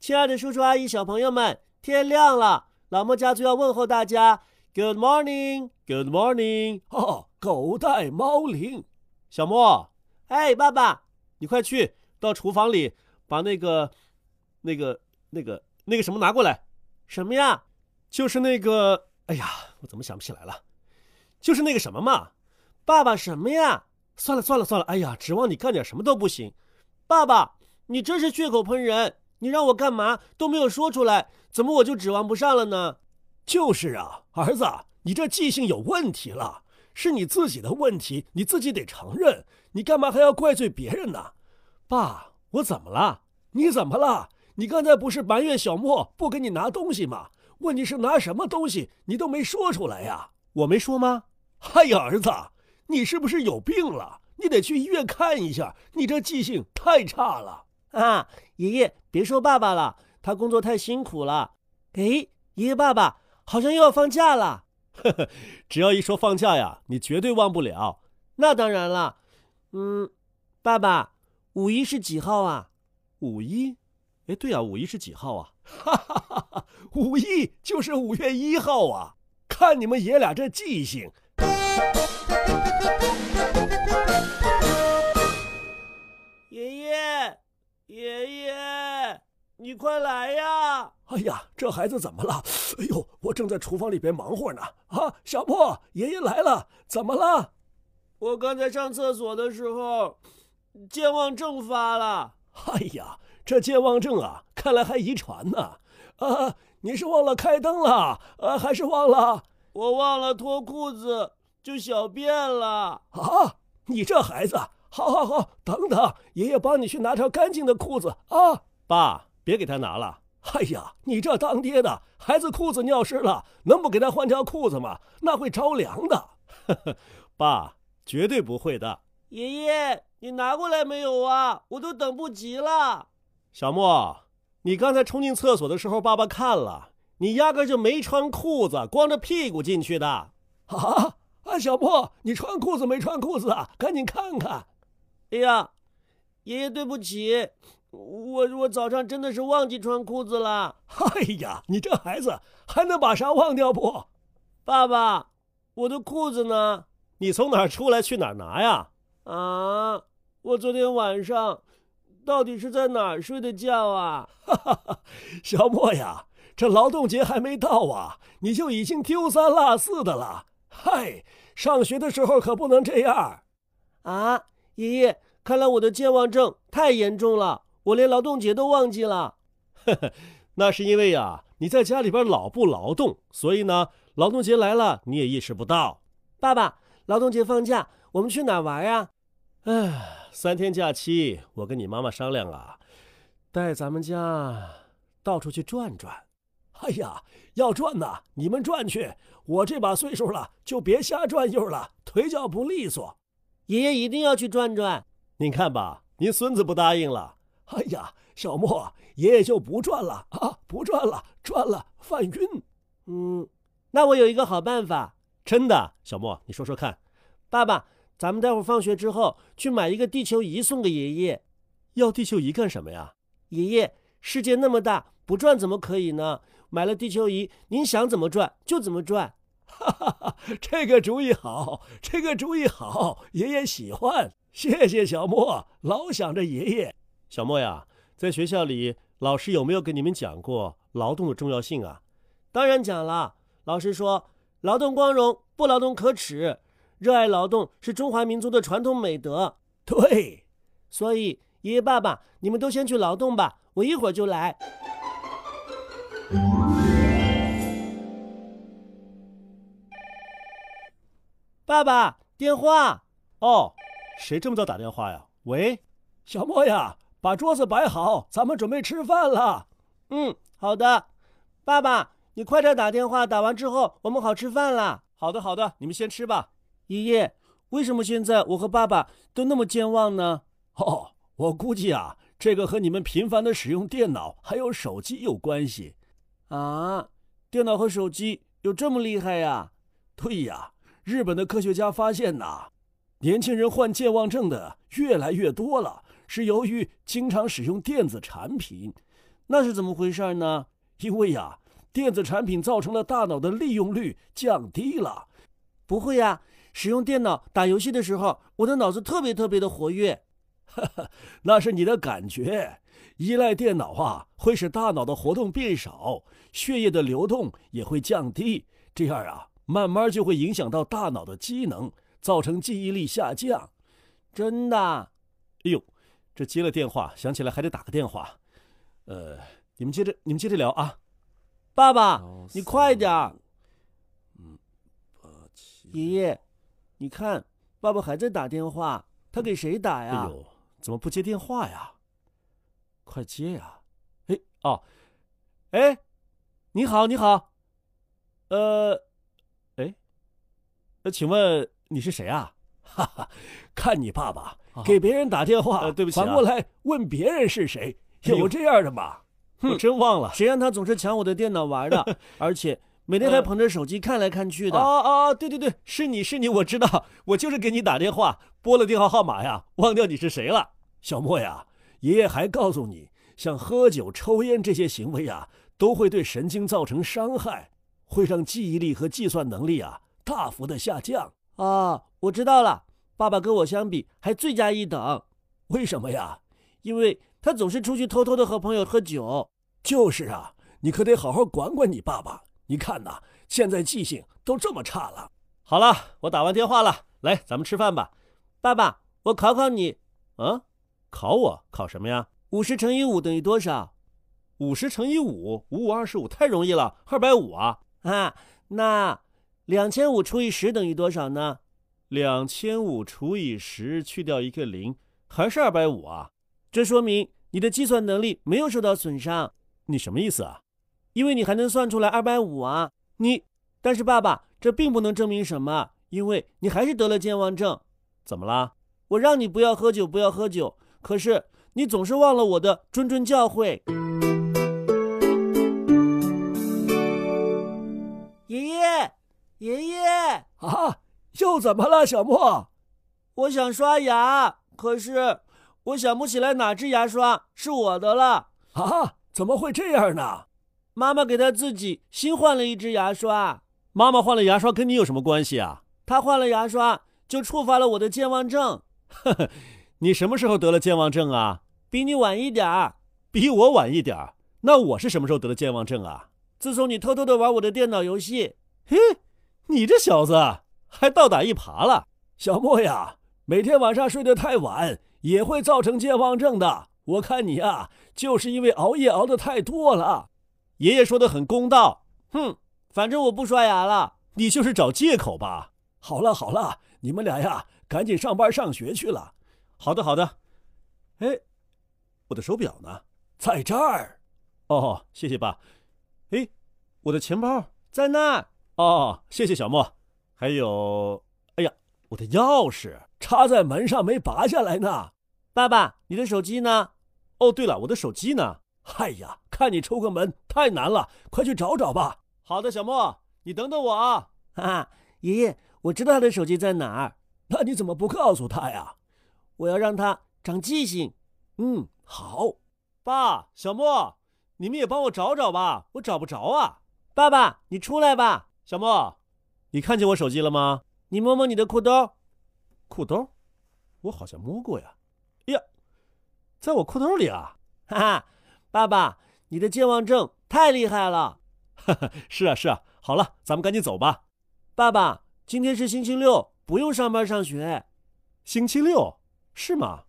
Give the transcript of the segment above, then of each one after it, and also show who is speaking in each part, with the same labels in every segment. Speaker 1: 亲爱的叔叔阿姨、小朋友们，天亮了，老莫家族要问候大家，Good morning，Good morning。
Speaker 2: 哦，狗带猫铃。
Speaker 1: 小莫，哎，爸爸，你快去到厨房里把那个、那个、那个、那个什么拿过来。什么呀？就是那个……哎呀，我怎么想不起来了？就是那个什么嘛。爸爸什么呀？算了算了算了，哎呀，指望你干点什么都不行。爸爸，你真是血口喷人！你让我干嘛都没有说出来，怎么我就指望不上了呢？
Speaker 2: 就是啊，儿子，你这记性有问题了，是你自己的问题，你自己得承认。你干嘛还要怪罪别人呢？
Speaker 1: 爸，我怎么了？
Speaker 2: 你怎么了？你刚才不是埋怨小莫不给你拿东西吗？问题是拿什么东西，你都没说出来呀、
Speaker 1: 啊？我没说吗？
Speaker 2: 哎呀，儿子，你是不是有病了？你得去医院看一下，你这记性太差了
Speaker 1: 啊！爷爷，别说爸爸了，他工作太辛苦了。诶，爷爷爸爸好像又要放假了。
Speaker 2: 呵呵，只要一说放假呀，你绝对忘不了。
Speaker 1: 那当然了，嗯，爸爸，五一是几号啊？
Speaker 2: 五一？哎，对啊，五一是几号 啊？哈哈哈哈，五一就是五月一号啊！看你们爷俩这记性。
Speaker 1: 爷爷，爷爷，你快来呀！
Speaker 2: 哎呀，这孩子怎么了？哎呦，我正在厨房里边忙活呢。啊，小莫，爷爷来了，怎么了？
Speaker 1: 我刚才上厕所的时候，健忘症发了。
Speaker 2: 哎呀，这健忘症啊，看来还遗传呢。啊，你是忘了开灯了？啊，还是忘了？
Speaker 1: 我忘了脱裤子就小便了。
Speaker 2: 啊，你这孩子！好，好，好，等等，爷爷帮你去拿条干净的裤子啊！
Speaker 1: 爸，别给他拿了。
Speaker 2: 哎呀，你这当爹的，孩子裤子尿湿了，能不给他换条裤子吗？那会着凉的。
Speaker 1: 呵呵，爸，绝对不会的。爷爷，你拿过来没有啊？我都等不及了。
Speaker 2: 小莫，你刚才冲进厕所的时候，爸爸看了，你压根就没穿裤子，光着屁股进去的。啊啊，小莫，你穿裤子没穿裤子啊？赶紧看看。
Speaker 1: 哎呀，爷爷，对不起，我我早上真的是忘记穿裤子了。
Speaker 2: 哎呀，你这孩子还能把啥忘掉不？
Speaker 1: 爸爸，我的裤子呢？
Speaker 2: 你从哪儿出来去哪儿拿呀？
Speaker 1: 啊，我昨天晚上到底是在哪儿睡的觉啊？
Speaker 2: 哈哈， 小莫呀，这劳动节还没到啊，你就已经丢三落四的了。嗨，上学的时候可不能这样
Speaker 1: 啊！爷爷，看来我的健忘症太严重了，我连劳动节都忘记了。
Speaker 2: 呵呵，那是因为呀、啊，你在家里边老不劳动，所以呢，劳动节来了你也意识不到。
Speaker 1: 爸爸，劳动节放假，我们去哪玩啊？
Speaker 2: 唉，三天假期，我跟你妈妈商量啊，带咱们家到处去转转。哎呀，要转呐，你们转去，我这把岁数了，就别瞎转悠了，腿脚不利索。
Speaker 1: 爷爷一定要去转转，
Speaker 2: 您看吧，您孙子不答应了。哎呀，小莫，爷爷就不转了啊，不转了，转了犯晕。
Speaker 1: 嗯，那我有一个好办法，
Speaker 2: 真的，小莫，你说说看。
Speaker 1: 爸爸，咱们待会儿放学之后去买一个地球仪送给爷爷。
Speaker 2: 要地球仪干什么呀？
Speaker 1: 爷爷，世界那么大，不转怎么可以呢？买了地球仪，您想怎么转就怎么转。
Speaker 2: 哈哈哈，这个主意好，这个主意好，爷爷喜欢。谢谢小莫，老想着爷爷。
Speaker 1: 小莫呀，在学校里，老师有没有给你们讲过劳动的重要性啊？当然讲了，老师说，劳动光荣，不劳动可耻，热爱劳动是中华民族的传统美德。
Speaker 2: 对，
Speaker 1: 所以爷爷、爸爸，你们都先去劳动吧，我一会儿就来。爸爸，电话
Speaker 2: 哦，谁这么早打电话呀？喂，小莫呀，把桌子摆好，咱们准备吃饭了。
Speaker 1: 嗯，好的。爸爸，你快点打电话，打完之后我们好吃饭了。
Speaker 2: 好的，好的，你们先吃吧。
Speaker 1: 爷爷，为什么现在我和爸爸都那么健忘呢？
Speaker 2: 哦，我估计啊，这个和你们频繁的使用电脑还有手机有关系。
Speaker 1: 啊，电脑和手机有这么厉害呀？
Speaker 2: 对呀。日本的科学家发现呐、啊，年轻人患健忘症的越来越多了，是由于经常使用电子产品。那是怎么回事呢？因为呀，电子产品造成了大脑的利用率降低了。
Speaker 1: 不会
Speaker 2: 啊
Speaker 1: 呀、使用电脑打游戏的时候，我的脑子特别特别的活跃。
Speaker 2: 那是你的感觉。依赖电脑啊，会使大脑的活动变少，血液的流动也会降低，这样啊，慢慢就会影响到大脑的机能，造成记忆力下降。
Speaker 1: 真的？
Speaker 2: 哎呦，这接了电话，想起来还得打个电话。呃，你们接着，你们接着聊啊。
Speaker 1: 爸爸，
Speaker 2: 哦
Speaker 1: 你快点儿！
Speaker 2: 嗯呃
Speaker 1: 爷
Speaker 2: 咦，
Speaker 1: 爷，你看，爸爸还在打电话，他给谁打呀？
Speaker 2: 哎呦，怎么不接电话呀？快接呀！哎，哦，
Speaker 1: 哎，你好，你好，
Speaker 2: 呃，哎，那请问你是谁啊？哈哈，看你爸爸
Speaker 1: 啊
Speaker 2: 给别人打电话，
Speaker 1: 呃对不起啊
Speaker 2: 反过来问别人是谁，
Speaker 1: 哎呦
Speaker 2: 有这样的吗？
Speaker 1: 哼
Speaker 2: 我真忘了。
Speaker 1: 嗯谁让他总是抢我的电脑玩的，而且每天还
Speaker 2: 呃
Speaker 1: 捧着手机看来看去
Speaker 2: 哦
Speaker 1: 的。
Speaker 2: 哦，对对对，是你是你，我知道，我就是给你打电话，拨了电话号码呀，忘掉你是谁了。小莫呀，爷爷还告诉你，像喝酒、抽烟这些行为呀，都会对神经造成伤害，会让记忆力和计算能力啊大幅的下降。
Speaker 1: 啊，我知道了，爸爸跟我相比还罪加一等，
Speaker 2: 为什么呀？
Speaker 1: 因为他总是出去偷偷的和朋友喝酒。
Speaker 2: 就是啊，你可得好好管管你爸爸。你看呐，现在记性都这么差了。
Speaker 1: 好了，我打完电话了，来，咱们吃饭吧。爸爸，我考考你，
Speaker 2: 啊，考我考什么呀？
Speaker 1: 五十乘以五等于多少？
Speaker 2: 五十乘以五，五五二十五，太容易了，二百五啊。
Speaker 1: 啊，那两千五除以十等于多少呢？
Speaker 2: 两千五除以十，去掉一个零，还是二百五啊？
Speaker 1: 这说明你的计算能力没有受到损伤，
Speaker 2: 你什么意思啊？
Speaker 1: 因为你还能算出来二百五啊。你，但是爸爸，这并不能证明什么，因为你还是得了健忘症。
Speaker 2: 怎么啦？
Speaker 1: 我让你不要喝酒，不要喝酒，可是你总是忘了我的谆谆教诲。爷爷，爷爷，
Speaker 2: 啊，又怎么了，小莫？
Speaker 1: 我想刷牙，可是我想不起来哪支牙刷是我的了。
Speaker 2: 啊，怎么会这样呢？
Speaker 1: 妈妈给她自己新换了一支牙刷，
Speaker 2: 妈妈换了牙刷，跟你有什么关系啊？
Speaker 1: 她换了牙刷就触发了我的健忘症，
Speaker 2: 你什么时候得了健忘症啊？
Speaker 1: 比你晚一点儿。
Speaker 2: 比我晚一点儿。那我是什么时候得了健忘症啊？
Speaker 1: 自从你偷偷的玩我的电脑游戏，
Speaker 2: 你这小子啊还倒打一耙了，小莫呀，每天晚上睡得太晚也会造成健忘症的。我看你呀、
Speaker 1: 啊
Speaker 2: 就是因为熬夜熬得太多了。爷爷说的很公道，
Speaker 1: 哼，反正我不刷牙了。
Speaker 2: 你就是找借口吧。好了好了，你们俩呀，赶紧上班上学去了。好的好的。哎，我的手表呢？在这儿。哦，谢谢爸。哎，我的钱包
Speaker 1: 在那儿，
Speaker 2: 哦，谢谢小莫。还有，哎呀，我的钥匙插在门上没拔下来呢。
Speaker 1: 爸爸，你的手机呢？
Speaker 2: 哦，对了，我的手机呢？哎呀，看你抽个门太难了，快去找找吧。
Speaker 1: 好的，小莫，你等等我啊！哈哈，爷爷，我知道他的手机在哪儿，
Speaker 2: 那你怎么不告诉他呀？
Speaker 1: 我要让他长记性。
Speaker 2: 嗯，好。
Speaker 1: 爸，小莫，你们也帮我找找吧，我找不着啊！爸爸，你出来吧。
Speaker 2: 小莫，你看见我手机了吗？
Speaker 1: 你摸摸你的裤兜，
Speaker 2: 裤兜，我好像摸过呀。哎呀，在我裤兜里啊。
Speaker 1: 哈哈，爸爸，你的健忘症太厉害了。
Speaker 2: 是啊，是啊。好了，咱们赶紧走吧。
Speaker 1: 爸爸，今天是星期六，不用上班上学。
Speaker 2: 星期六是吗？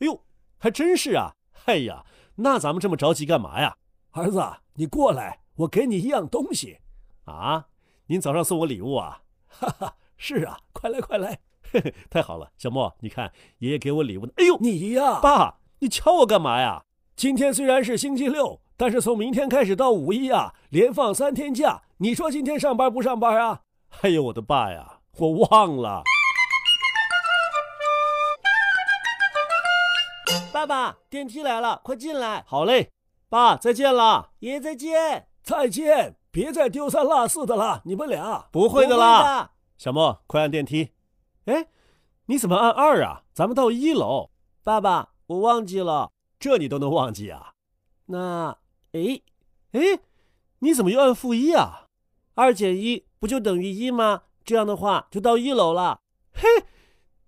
Speaker 2: 哎呦，还真是啊！哎呀，那咱们这么着急干嘛呀？儿子，你过来，我给你一样东西。啊，您早上送我礼物啊？哈哈，是啊，快来快来！ 嘿嘿，太好了，小莫，你看爷爷给我礼物呢。哎呦，你呀、爸，你敲我干嘛呀？今天虽然是星期六，但是从明天开始到五一啊，连放三天假。你说今天上班不上班啊？哎呦，我的爸呀，我忘了。
Speaker 1: 爸爸，电梯来了，快进来。
Speaker 2: 好嘞，爸，再见了。
Speaker 1: 爷爷再见。
Speaker 2: 再见，别再丢三落四的了，你们俩不
Speaker 1: 不会的
Speaker 2: 啦。
Speaker 1: 啦。
Speaker 2: 小莫，快按电梯。哎，你怎么按二啊？咱们到一楼，
Speaker 1: 爸爸，我忘记了。
Speaker 2: 这你都能忘记啊？
Speaker 1: 那
Speaker 2: 哎哎，你怎么又按负一啊？二减一不就等于一吗？这样的话就到一楼了。嘿，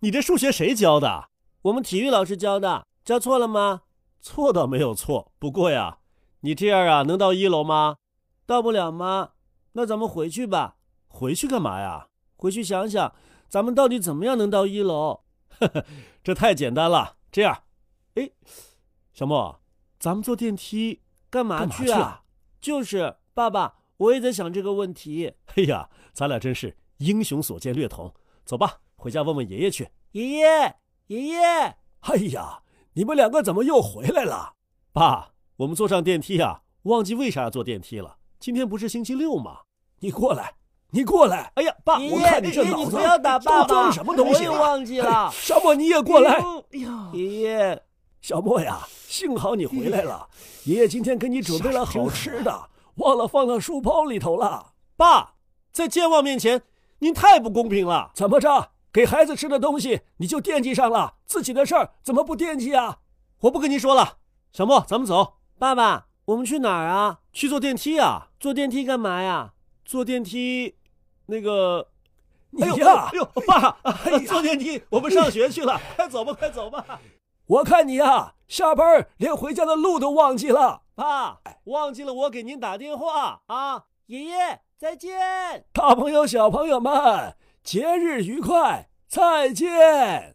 Speaker 2: 你这数学谁教的？我们体育老师教的，教错了吗？错倒没有错，不过呀，你这样啊能到一楼吗？到不了吗？那咱们回去吧。回去干嘛呀？回去想想，咱们到底怎么样能到一楼？ 呵呵，这太简单了。这样，哎，小莫，咱们坐电梯干嘛去啊？
Speaker 1: 干嘛去啊
Speaker 2: 就是爸爸，我也在想这个问题。
Speaker 1: 哎呀，咱俩真是英雄所见略同。走吧，回家问问爷爷去。
Speaker 2: 爷爷，爷爷，
Speaker 1: 哎呀，你们两个怎么又回来了？
Speaker 2: 爸，我们坐上电梯啊，忘记为啥要坐电梯了。今天不是星期六吗？
Speaker 1: 你过来，你过来！
Speaker 2: 哎呀，
Speaker 1: 爸
Speaker 2: 爷爷
Speaker 1: 我看你这脑
Speaker 2: 爷爷
Speaker 1: 子
Speaker 2: 不要打爸爸，
Speaker 1: 装什么东西啊
Speaker 2: 我也忘记了
Speaker 1: 哎。小莫，你也过来！
Speaker 2: 哎呀，爷爷，
Speaker 1: 小莫 呀，幸好你回来了。爷爷今天给你准备了好吃 的，忘了放到书包里头了。
Speaker 2: 爸，在健忘面前，您太不公平了。
Speaker 1: 怎么着？给孩子吃的东西你就惦记上了？自己的事儿怎么不惦记啊？
Speaker 2: 我不跟您说了，小莫，咱们走。爸爸，我们去哪儿啊？去坐电梯啊？坐电梯干嘛呀？坐电梯，那个，
Speaker 1: 你
Speaker 2: 哎呦，哎，
Speaker 1: 呀
Speaker 2: 呦，哎爸，
Speaker 1: 呀
Speaker 2: 坐电梯，我们上学去了，快走吧，快走吧，
Speaker 1: 我看你呀，下班儿连回家的路都忘记了。
Speaker 2: 爸，忘记了我给您打电话啊，爷爷，再见。
Speaker 1: 大朋友、小朋友们，节日愉快，再见。